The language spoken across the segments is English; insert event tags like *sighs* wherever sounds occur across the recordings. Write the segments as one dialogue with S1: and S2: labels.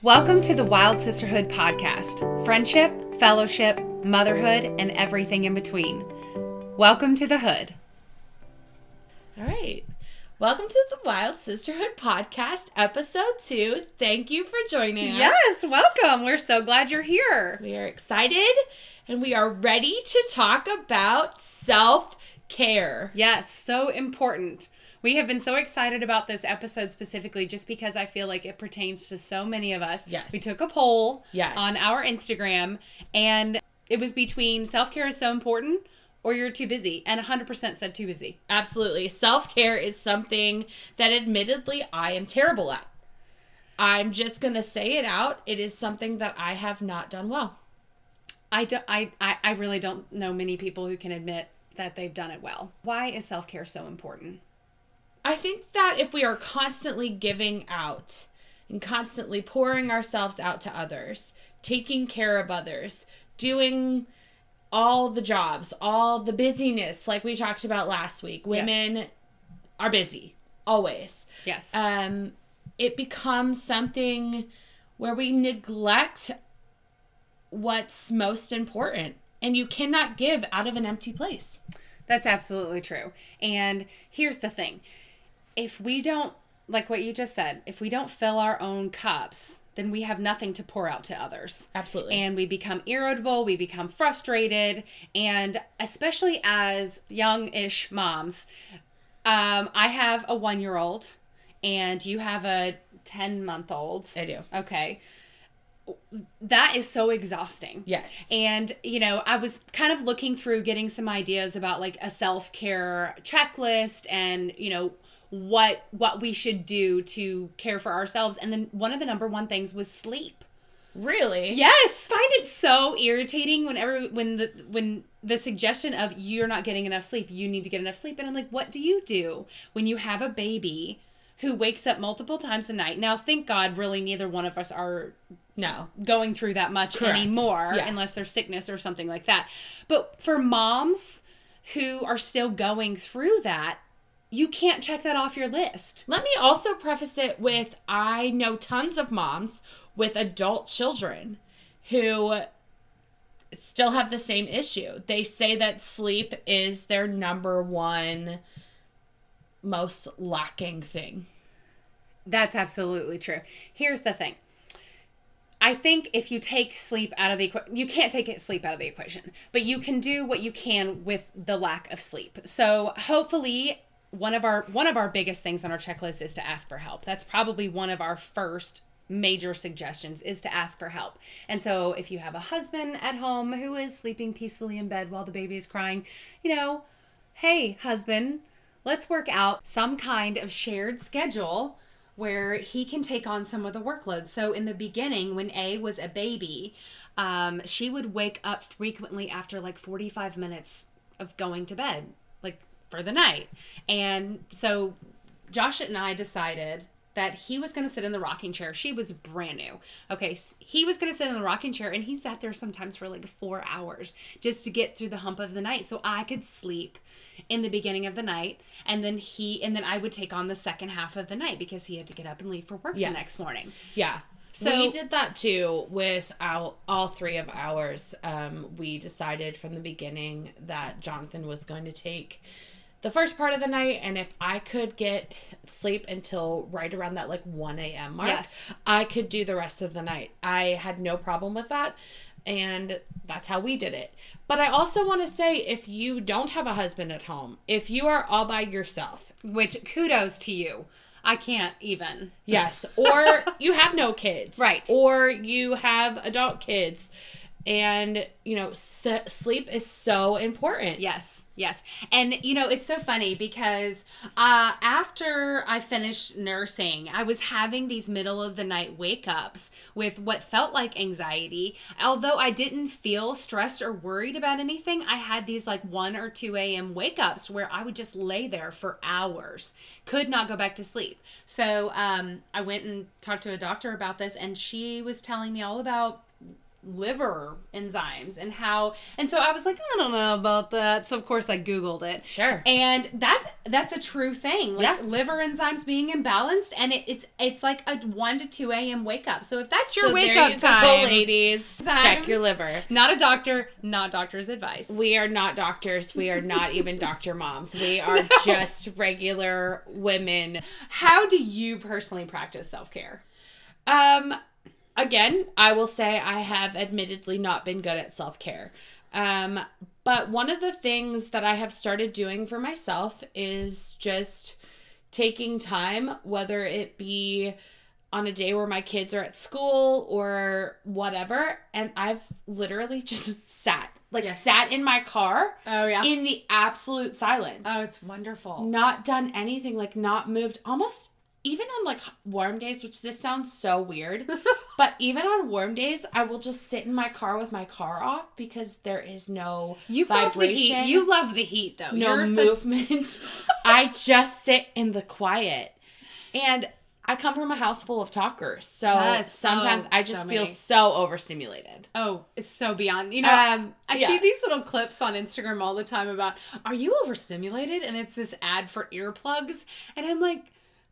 S1: Welcome to the Wild Sisterhood podcast friendship, fellowship, motherhood, and everything in between. Welcome to the hood.
S2: All right. Welcome to the Wild Sisterhood Podcast, episode two. Thank you for joining us.
S1: Yes, welcome. We're so glad you're here.
S2: We are excited and we are ready to talk about self care.
S1: Yes, so important. We have been so excited about this episode specifically just because I feel like it pertains to so many of us.
S2: Yes.
S1: We took a poll
S2: Yes.
S1: on our Instagram and it was between self care is so important or you're too busy. And 100% said too busy.
S2: Absolutely. Self care is something that, admittedly, I am terrible at. I'm just going to say it out. It is something that I have not done well.
S1: I, do, I, I, I really don't know many people who can admit that they've done it well. Why is self care so important?
S2: I think that if we are constantly giving out and constantly pouring ourselves out to others, taking care of others, doing all the jobs, all the busyness, like we talked about last week, women are busy always.
S1: Yes.
S2: Um, it becomes something where we neglect what's most important, and you cannot give out of an empty place.
S1: That's absolutely true. And here's the thing if we don't, like what you just said, if we don't fill our own cups, then we have nothing to pour out to others.
S2: Absolutely.
S1: And we become irritable, we become frustrated. And especially as young ish moms, um, I have a one year old and you have a 10 month old.
S2: I do.
S1: Okay. That is so exhausting.
S2: Yes.
S1: And, you know, I was kind of looking through getting some ideas about like a self-care checklist and, you know, what what we should do to care for ourselves. And then one of the number one things was sleep.
S2: really?
S1: Yes, find it so irritating whenever when the when the suggestion of you're not getting enough sleep, you need to get enough sleep, and I'm like, what do you do when you have a baby who wakes up multiple times a night? Now, thank God, really neither one of us are
S2: No.
S1: going through that much
S2: Correct.
S1: anymore
S2: Yeah.
S1: unless there's sickness or something like that. But for moms who are still going through that, you can't check that off your list.
S2: Let me also preface it with I know tons of moms with adult children who still have the same issue. They say that sleep is their number one most lacking thing.
S1: That's absolutely true. Here's the thing. I think if you take sleep out of the equation, you can't take it sleep out of the equation, but you can do what you can with the lack of sleep. So hopefully, one of our one of our biggest things on our checklist is to ask for help. That's probably one of our first major suggestions is to ask for help. And so if you have a husband at home who is sleeping peacefully in bed while the baby is crying, you know, hey husband, let's work out some kind of shared schedule where he can take on some of the workload. So in the beginning, when A was a baby, um, she would wake up frequently after like 45 minutes of going to bed, like for the night. And so Josh and I decided that he was going to sit in the rocking chair. She was brand new. Okay, s- he was going to sit in the rocking chair and he sat there sometimes for like 4 hours just to get through the hump of the night so I could sleep in the beginning of the night and then he and then I would take on the second half of the night because he had to get up and leave for work
S2: Yes.
S1: the next morning.
S2: Yeah. So
S1: So-
S2: we did that too with our, all three of ours. Um, we decided from the beginning that Jonathan was going to take the first part of the night, and if I could get sleep until right around that like one a.m. mark,
S1: Yes.
S2: I could do the rest of the night. I had no problem with that. And that's how we did it. But I also want to say if you don't have a husband at home, if you are all by yourself,
S1: Which kudos to you. I can't even.
S2: Yes.
S1: *laughs*
S2: Or you have no kids.
S1: Right.
S2: Or you have adult kids. And, you know, s- sleep is so important.
S1: Yes, yes. And you know, it's so funny because uh after I finished nursing, I was having these middle of the night wake ups with what felt like anxiety. Although I didn't feel stressed or worried about anything, I had these like 1 or 2 a.m. wake ups where I would just lay there for hours, could not go back to sleep. So, um I went and talked to a doctor about this and she was telling me all about liver enzymes and how and so I was like, I don't know about that. So of course I googled it.
S2: Sure.
S1: And that's that's a true thing. Like
S2: Yeah.
S1: liver enzymes being imbalanced and it, it's it's like a 1 to 2 a.m. wake up. So if that's your
S2: So
S1: wake
S2: there
S1: up
S2: you go,
S1: time,
S2: ladies. Check
S1: Times.
S2: your liver.
S1: not a doctor, not doctor's advice.
S2: We are not doctors. We are not even doctor moms. We
S1: *laughs*
S2: are just regular women.
S1: how do you personally practice self-care?
S2: Um, again, I will say I have admittedly not been good at self care. Um, but one of the things that I have started doing for myself is just taking time, whether it be on a day where my kids are at school or whatever. And I've literally *laughs* just sat, like,
S1: Yes.
S2: sat in my car
S1: Oh yeah.
S2: in the absolute silence
S1: oh, it's wonderful.
S2: not done anything, like not moved, almost even on like warm days, which this sounds so
S1: *laughs*
S2: weird, but even on warm days, I will just sit in my car with my car off because there is no
S1: You love the heat.
S2: Vibration.
S1: You love the heat though.
S2: no
S1: Oh, You're such- *laughs*
S2: movement. I just sit in the quiet. And I come from a house full of talkers, so
S1: Yes.
S2: sometimes
S1: Oh,
S2: I just
S1: so
S2: feel
S1: many.
S2: so overstimulated.
S1: Oh, it's so beyond. You know,
S2: Um,
S1: I
S2: yeah.
S1: see these little clips on Instagram all the time about are you overstimulated? And it's this ad for earplugs, and I'm like,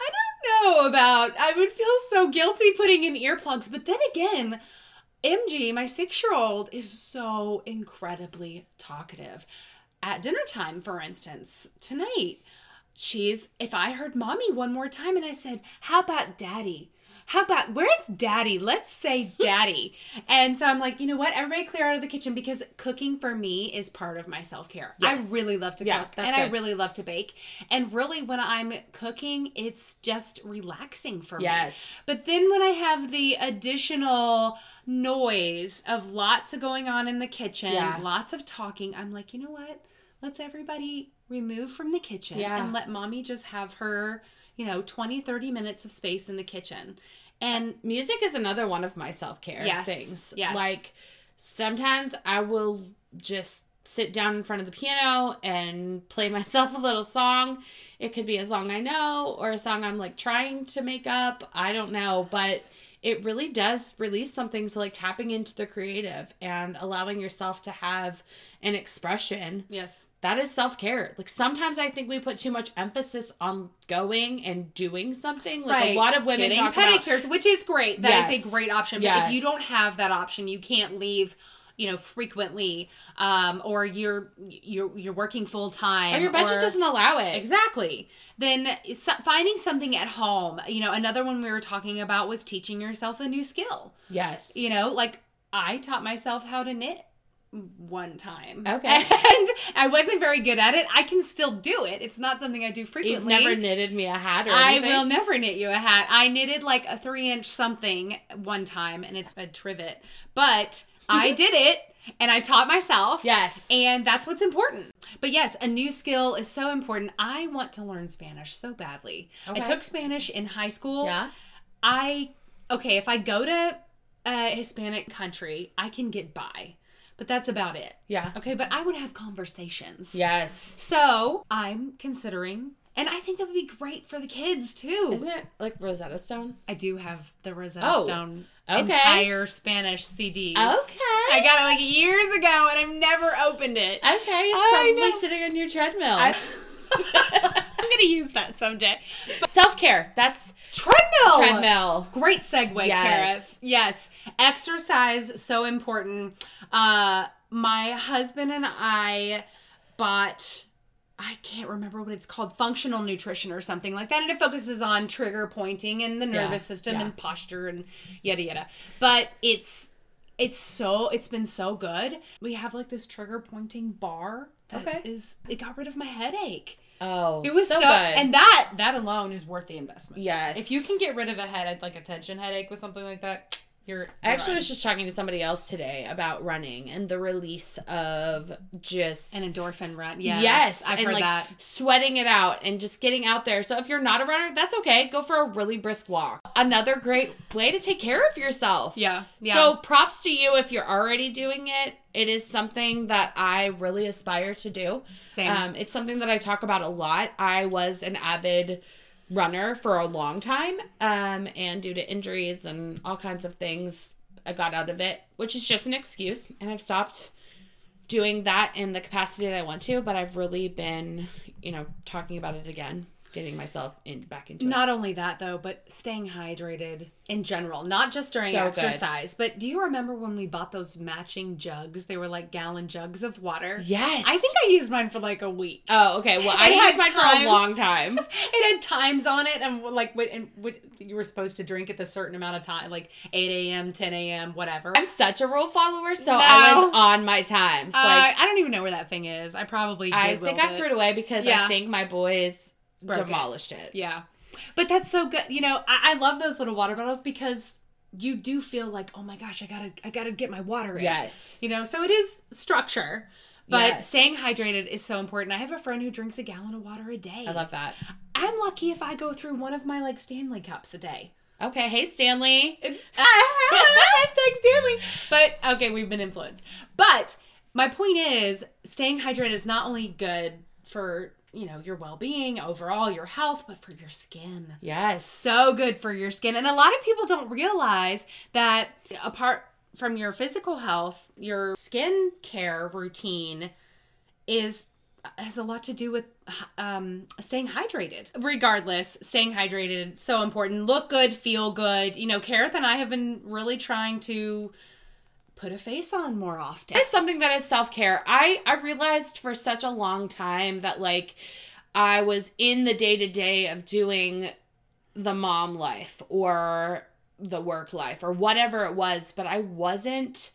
S1: I don't know about. I would feel so guilty putting in earplugs, but then again, MG, my six-year-old, is so incredibly talkative. At dinner time, for instance, tonight, she's if I heard mommy one more time and I said, How about daddy? How about where's daddy? Let's
S2: *laughs*
S1: say daddy. and so I'm like, you know what? Everybody clear out of the kitchen because cooking for me is part of my self care.
S2: Yes.
S1: I really love to
S2: Yeah,
S1: cook
S2: that's
S1: and I
S2: good.
S1: really love to bake. And really, when I'm cooking, it's just relaxing for me.
S2: Yes.
S1: But then when I have the additional noise of lots of going on in the kitchen,
S2: Yeah.
S1: lots of talking, I'm like, you know what? Let's everybody remove from the kitchen
S2: Yeah.
S1: and let mommy just have her, you know, 20, 30 minutes of space in the kitchen. And
S2: music is another one of my self care
S1: Yes,
S2: things.
S1: yes.
S2: Like sometimes I will just sit down in front of the piano and play *laughs* myself a little song. It could be a song I know or a song I'm like trying to make up. I don't know, but it really does release something so like tapping into the creative and allowing yourself to have an expression
S1: yes,
S2: that is self-care like sometimes i think we put too much emphasis on going and doing something like a lot of women
S1: Getting
S2: talk about
S1: pedicures, which is great. That is
S2: Yes.
S1: a great option. But if you
S2: Yes.
S1: don't have that option, you can't leave. You know, frequently, um, or you're you're you're working full time,
S2: or your budget doesn't allow it.
S1: Exactly. Then so- finding something at home. You know, another one we were talking about was teaching yourself a new skill.
S2: Yes.
S1: You know, like I taught myself how to knit one time.
S2: Okay.
S1: *laughs* And I wasn't very good at it. I can still do it. It's not something I do
S2: You've
S1: frequently.
S2: never knitted me a hat or
S1: I
S2: anything.
S1: will never knit you a hat. I knitted like a three inch something one time and it's a trivet, but
S2: *laughs*
S1: I did it and I taught myself.
S2: Yes.
S1: And that's what's important. But yes, a new skill is so important. I want to learn Spanish so badly.
S2: Okay.
S1: I took Spanish in high school.
S2: yeah.
S1: I, okay, if I go to a Hispanic country, I can get by, but that's about it.
S2: Yeah.
S1: Okay, but I want to have conversations.
S2: Yes.
S1: So I'm considering, and I think that would be great for the kids too.
S2: Isn't it like Rosetta Stone?
S1: I do have the Rosetta
S2: Oh,
S1: Stone
S2: okay.
S1: entire Spanish CDs. I
S2: Okay.
S1: got it like years ago, and I've never opened it.
S2: Okay. It's
S1: I
S2: probably
S1: know.
S2: sitting on your treadmill.
S1: I- *laughs* I'm gonna use that someday.
S2: Self care. That's
S1: Treadmill.
S2: treadmill.
S1: Great segue,
S2: Yes.
S1: yes. Yes. Exercise so important. Uh my husband and I bought I can't remember what it's called, functional nutrition or something like that. And it focuses on trigger pointing and the
S2: Yeah,
S1: nervous system
S2: yeah.
S1: and posture and yada yada. But it's it's so it's been so good. We have like this trigger pointing bar that is
S2: Okay.
S1: it got rid of my headache.
S2: Oh,
S1: It was so,
S2: so, good.
S1: and that that alone is worth the investment.
S2: yes.
S1: If you can get rid of a head, like a tension headache with something like that, you're. you're
S2: I actually
S1: on.
S2: was just talking to somebody else today about running and the release of just
S1: an endorphin run. Yes,
S2: Yes,
S1: I've
S2: and
S1: heard
S2: like
S1: that.
S2: sweating it out and just getting out there. So if you're not a runner, that's okay. Go for a really brisk walk. Another great way to take care of yourself.
S1: Yeah, yeah.
S2: So props to you if you're already doing it. It is something that I really aspire to do.
S1: same.
S2: Um, it's something that I talk about a lot. I was an avid runner for a long time, um, and due to injuries and all kinds of things, I got out of it, which is just an excuse. And I've stopped doing that in the capacity that I want to, but I've really been, you know, talking about it again, getting myself in back into it.
S1: Not only that though, but staying hydrated in general, not just during
S2: So good.
S1: exercise. But do you remember when we bought those matching jugs? They were like gallon jugs of water.
S2: Yes.
S1: I think I used mine for like a week.
S2: Oh, okay. Well,
S1: It
S2: I
S1: had
S2: used mine for
S1: times.
S2: a long time.
S1: it had times on it and like what and what you were supposed to drink at the certain amount of time like 8 a.m 10 a.m whatever
S2: I'm such a rule follower, so I
S1: No.
S2: was on my times.
S1: Uh,
S2: Like
S1: i don't even know where that thing is i probably
S2: I
S1: did
S2: think
S1: willed
S2: I
S1: it.
S2: threw it away because
S1: Yeah.
S2: I think my boys
S1: Broke it.
S2: demolished it.
S1: yeah but that's so good you know I, I love those little water bottles because you do feel like oh my gosh i gotta i gotta get my water in
S2: Yes.
S1: you know so it is structure but
S2: Yes.
S1: staying hydrated is so important i have a friend who drinks a gallon of water a day
S2: I love that.
S1: i'm lucky if i go through one of my like stanley cups a day
S2: Okay, hey Stanley.
S1: It's *laughs* hashtag Stanley. But okay, we've been influenced. But my point is, staying hydrated is not only good for you know your well-being overall, your health, but for your skin.
S2: Yes.
S1: So good for your skin, and a lot of people don't realize that apart from your physical health, your skin care routine is has a lot to do with um, staying hydrated. Regardless, staying hydrated is so important. Look good, feel good. You know, Kareth and I have been really trying to put a face on more often.
S2: It's something that is self-care. I I realized for such a long time that like I was in the day-to-day of doing the mom life or the work life or whatever it was, but I wasn't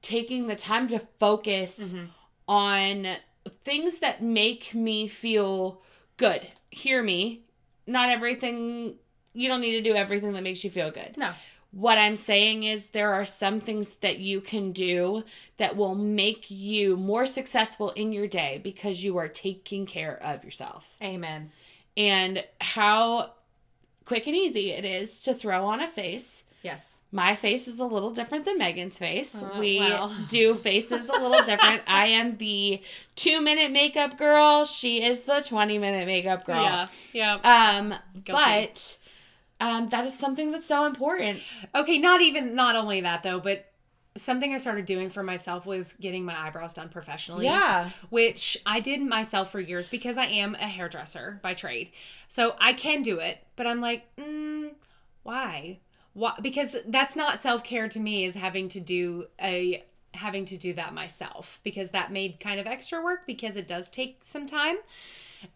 S2: taking the time to focus
S1: Mhm.
S2: on things that make me feel good. Hear me. Not everything, you don't need to do everything that makes you feel good.
S1: No.
S2: What I'm saying is, there are some things that you can do that will make you more successful in your day because you are taking care of yourself.
S1: Amen.
S2: And how quick and easy it is to throw on a face.
S1: Yes.
S2: My face is a little different than Megan's face.
S1: Oh,
S2: we
S1: well.
S2: *laughs* do faces a little different. I am the two minute makeup girl. She is the 20 minute makeup girl.
S1: Yeah. Yeah.
S2: Um,
S1: Guilty.
S2: but um, that is something that's so important.
S1: Okay, not even not only that though, but something I started doing for myself was getting my eyebrows done professionally.
S2: Yeah.
S1: Which I did myself for years because I am a hairdresser by trade. So I can do it, but I'm like, mm, why? Why? Because that's not self care to me is having to do a having to do that myself because that made kind of extra work because it does take some time,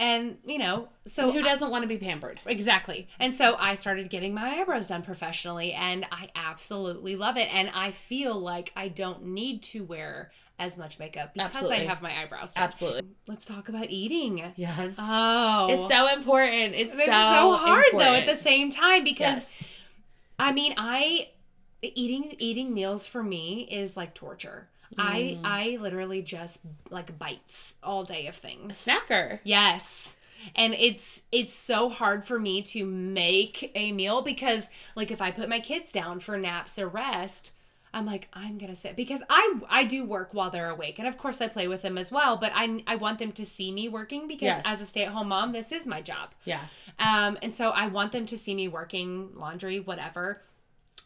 S1: and you know, so uh,
S2: Who doesn't want to be pampered?
S1: Exactly. And so I started getting my eyebrows done professionally, and I absolutely love it. And I feel like I don't need to wear as much makeup because I
S2: Absolutely.
S1: have my eyebrows done.
S2: Absolutely.
S1: Let's talk about eating.
S2: Yes.
S1: Oh.
S2: it's so important. It's,
S1: It's
S2: so,
S1: hard though at
S2: important.
S1: the same time because
S2: Yes.
S1: I mean, I eating eating meals for me is like torture. I
S2: Mm.
S1: I literally just like bites all day of things.
S2: snacker.
S1: Yes. And it's it's so hard for me to make a meal because like if I put my kids down for naps or rest, I'm like I'm going to sit because I I do work while they're awake and of course I play with them as well, but I I want them to see me working because
S2: Yes.
S1: as a stay-at-home mom, this is my job.
S2: Yeah.
S1: Um and so I want them to see me working, laundry, whatever.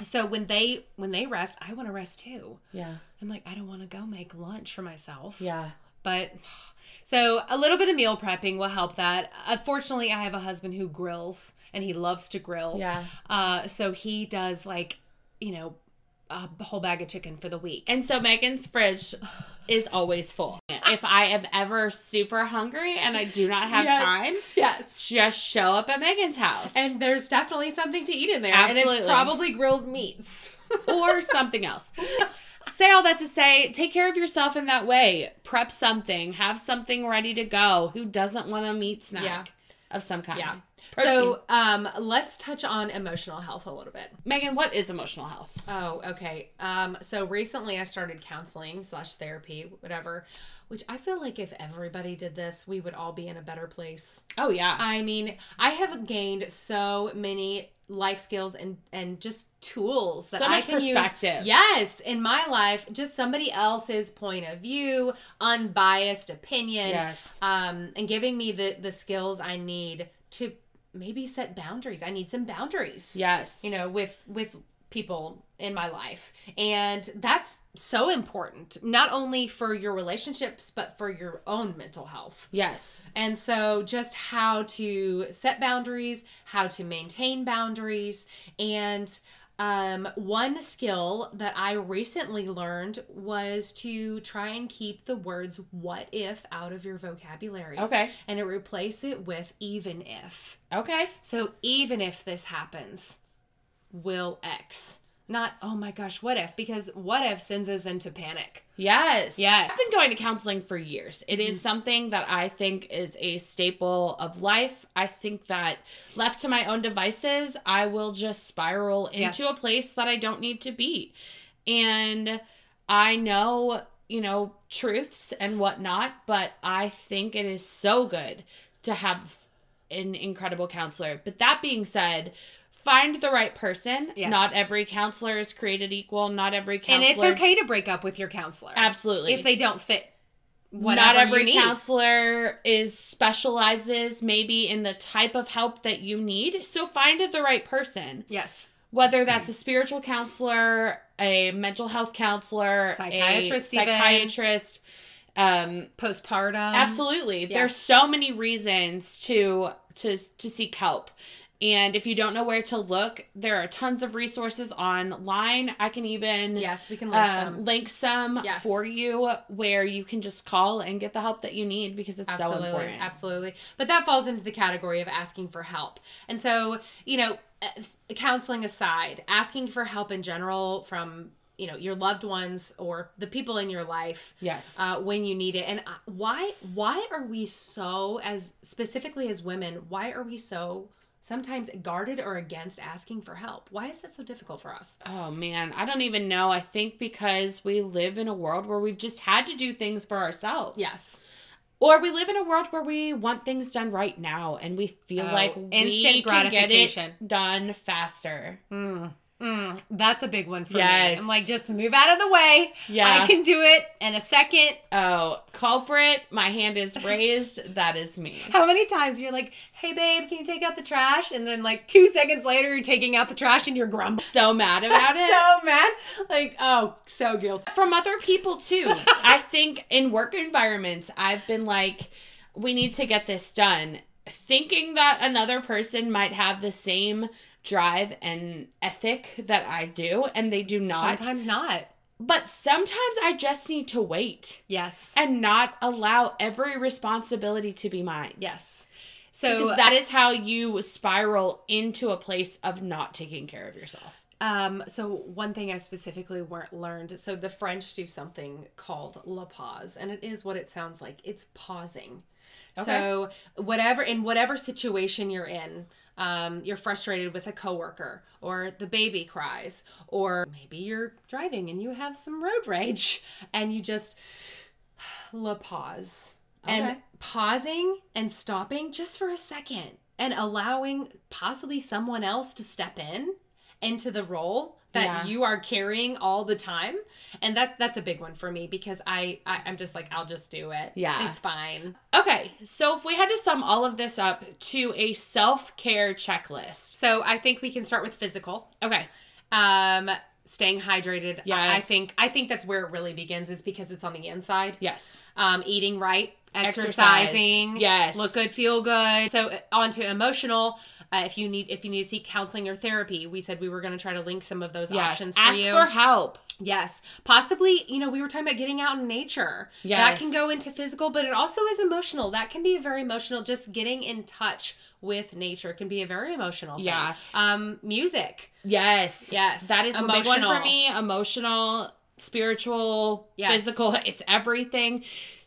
S1: So when they when they rest, I want to rest too.
S2: Yeah.
S1: I'm like I don't want to go make lunch for myself.
S2: Yeah.
S1: But *sighs* so a little bit of meal prepping will help that. Unfortunately, I have a husband who grills and he loves to grill.
S2: Yeah.
S1: Uh, so he does like, you know, a whole bag of chicken for the week.
S2: And so Megan's fridge is always full. If I am ever super hungry and I do not have time,
S1: Yes.
S2: just show up at Megan's house
S1: And there's definitely something to eat in there. And it's
S2: Absolutely.
S1: probably grilled *laughs* meats.
S2: or something else. *laughs* say all that to say, take care of yourself in that way. Prep something, have something ready to go. Who doesn't want a meat snack of some kind?
S1: Yeah.
S2: Protein.
S1: So um, let's touch on emotional health a little bit.
S2: Megan, what is emotional health?
S1: Oh, okay. Um, so recently I started counseling slash therapy, whatever, which I feel like if everybody did this, we would all be in a better place.
S2: Oh yeah.
S1: I mean, I have gained so many life skills and and just tools that
S2: So
S1: I
S2: much
S1: can use-
S2: perspective.
S1: Yes, in my life, just somebody else's point of view, unbiased opinion,
S2: Yes.
S1: um, and giving me the the skills I need to maybe set boundaries. I need some boundaries
S2: Yes.
S1: you know with with people in my life. And that's so important, not only for your relationships, but for your own mental health.
S2: Yes.
S1: And so, just how to set boundaries, how to maintain boundaries. And um, one skill that I recently learned was to try and keep the words what if out of your vocabulary
S2: Okay.
S1: and to replace it with even if.
S2: Okay.
S1: So, even if this happens, will X. Not, oh my gosh, what if? Because what if sends us into panic.
S2: Yes.
S1: Yes. Mm.
S2: I've been going to counseling for years. It is something that I think is a staple of life. I think that left to my own devices, I will just spiral into
S1: Yes.
S2: a place that I don't need to be. And I know, you know, truths and whatnot, but I think it is so good to have an incredible counselor. But that being said, find the right person.
S1: Yes.
S2: Not every counselor is created equal. Not every
S1: And
S2: counselor
S1: it's okay to break up with your counselor.
S2: Absolutely.
S1: If they don't fit whatever
S2: not
S1: you
S2: every
S1: need.
S2: counselor is specializes maybe in the type of help that you need. So find the right person,
S1: Yes. Hmm.
S2: whether that's a spiritual counselor, a mental health counselor, a
S1: Psychiatrist even.
S2: psychiatrist. Um,
S1: Postpartum.
S2: absolutely, there's
S1: yes.
S2: so many reasons to to to seek help. And if you don't know where to look, there are tons of resources online. I can even
S1: Yes, we can link
S2: um,
S1: some.
S2: link some
S1: Yes.
S2: for you where you can just call and get the help that you need because it's
S1: Absolutely.
S2: so important.
S1: Absolutely. But that falls into the category of asking for help. And so, you know, uh, counseling aside, asking for help in general from, you know, your loved ones or the people in your life
S2: Yes.
S1: uh, when you need it. And I- why why are we so as specifically as women? Why are we so sometimes guarded or against asking for help? Why is that so difficult for us?
S2: oh man, I don't even know. I think because we live in a world where we've just had to do things for ourselves. Or we live in a world where we want things done right now and we feel
S1: Oh,
S2: like
S1: instant
S2: we can get
S1: gratification.
S2: it done faster.
S1: Mm, mm, that's a big one for
S2: Yes.
S1: me. I'm like, just move out of the way.
S2: Yeah.
S1: I can do it in a second.
S2: oh, culprit, my hand is raised. that is me.
S1: *laughs* How many times you're like, hey babe, can you take out the trash? And then like two seconds later, you're taking out the trash and you're grumbling. *laughs*
S2: So mad about it.
S1: so mad. Like, oh, so guilty.
S2: from other people
S1: *laughs*
S2: too. I think in work environments, I've been like, we need to get this done, thinking that another person might have the same drive and ethic that I do, and they do not.
S1: Sometimes not.
S2: But sometimes I just need to wait
S1: Yes.
S2: and not allow every responsibility to be mine.
S1: yes.
S2: Because
S1: So
S2: that is how you spiral into a place of not taking care of yourself.
S1: Um, so one thing I specifically weren't learned. So the French do something called la pause, and it is what it sounds like. It's pausing. So whatever in whatever situation you're in, um, you're frustrated with a coworker, or the baby cries, or maybe you're driving and you have some road rage, *laughs* and you just *sighs* la pause. And
S2: Okay.
S1: pausing and stopping just for a second and allowing possibly someone else to step in into the role that
S2: Yeah.
S1: you are carrying all the time and that that's a big one for me because I, I i'm just like i'll just do it
S2: Yeah.
S1: it's fine
S2: Okay, so if we had to sum all of this up to a self care checklist.
S1: so i think we can start with physical
S2: Okay,
S1: um staying hydrated I- I,
S2: Yes.
S1: think i think that's where it really begins is because it's on the inside
S2: yes.
S1: um eating right
S2: Exercise.
S1: exercising
S2: Yes.
S1: look good feel good so uh, on to emotional uh, if you need if you need to seek counseling or therapy we said we were going to try to link some of those
S2: Yes.
S1: options for
S2: Ask
S1: you
S2: for help.
S1: Yes. Possibly, you know, we were talking about getting out in nature. That can go
S2: Yes.
S1: into physical, but it also is emotional. That can be a very emotional. Just getting in touch with nature can be a very emotional thing.
S2: Yeah.
S1: Um, music.
S2: Yes.
S1: Yes.
S2: That is emotional. one for me. Emotional, spiritual,
S1: Yes.
S2: physical. It's everything.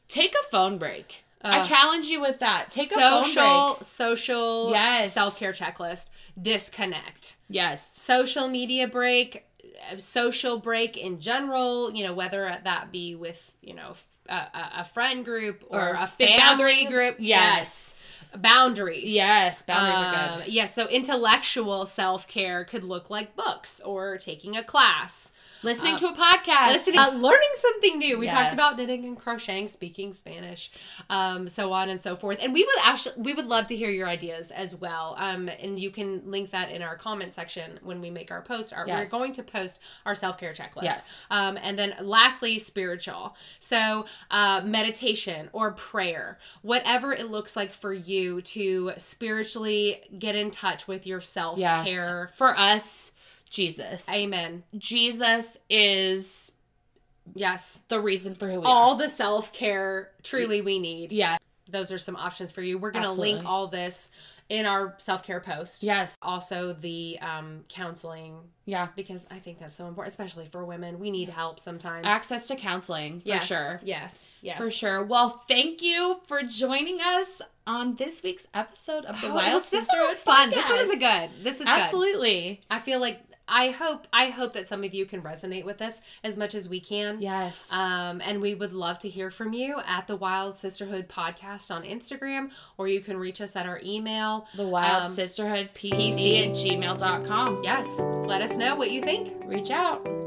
S2: Take a phone break. I
S1: Ugh.
S2: challenge you with that. Take a
S1: social,
S2: phone break.
S1: social
S2: Yes.
S1: self care checklist. Disconnect.
S2: Yes.
S1: Social media break, uh, social break in general, you know, whether that be with, you know, f- a, a- a friend group or, a family
S2: gatherings.
S1: group.
S2: Yes.
S1: boundaries.
S2: Yes, boundaries are good.
S1: Yes, Uh, so intellectual self care could look like books or taking a class,
S2: Listening
S1: uh,
S2: to a podcast.
S1: listening, uh, learning something new. We talked
S2: Yes.
S1: about knitting and crocheting, speaking Spanish, um, so on and so forth. And we would actually we would love to hear your ideas as well. Um, and you can link that in our comment section when we make our post. Our,
S2: Yes.
S1: We're going to post our self care checklist.
S2: Yes.
S1: Um, and then lastly, spiritual. So uh, meditation or prayer, whatever it looks like for you to spiritually get in touch with your self
S2: Yes.
S1: care.
S2: For us, Jesus.
S1: Amen.
S2: Jesus is
S1: Yes.
S2: the reason for who we are.
S1: All the self care truly we need.
S2: Yeah.
S1: those are some options for you. We're going to
S2: Absolutely.
S1: link all this in our self care post.
S2: Yes.
S1: Also, the um, counseling,
S2: Yeah.
S1: because I think that's so important, especially for women. We need help sometimes.
S2: Access to counseling, for
S1: Yes,
S2: sure.
S1: Yes. Yes.
S2: For sure. Well, thank you for joining us on this week's episode of the
S1: Oh,
S2: Wild
S1: this- this
S2: Sisterhood
S1: one was fun. This one
S2: Podcast.
S1: is a good. This is good.
S2: Absolutely.
S1: I feel like I hope I hope that some of you can resonate with this as much as we can.
S2: Yes.
S1: Um, and we would love to hear from you at the Wild Sisterhood Podcast on Instagram, or you can reach us at our email.
S2: the Wild
S1: um,
S2: Sisterhood PC at gmail.com.
S1: Yes, let us know what you think.
S2: Reach out.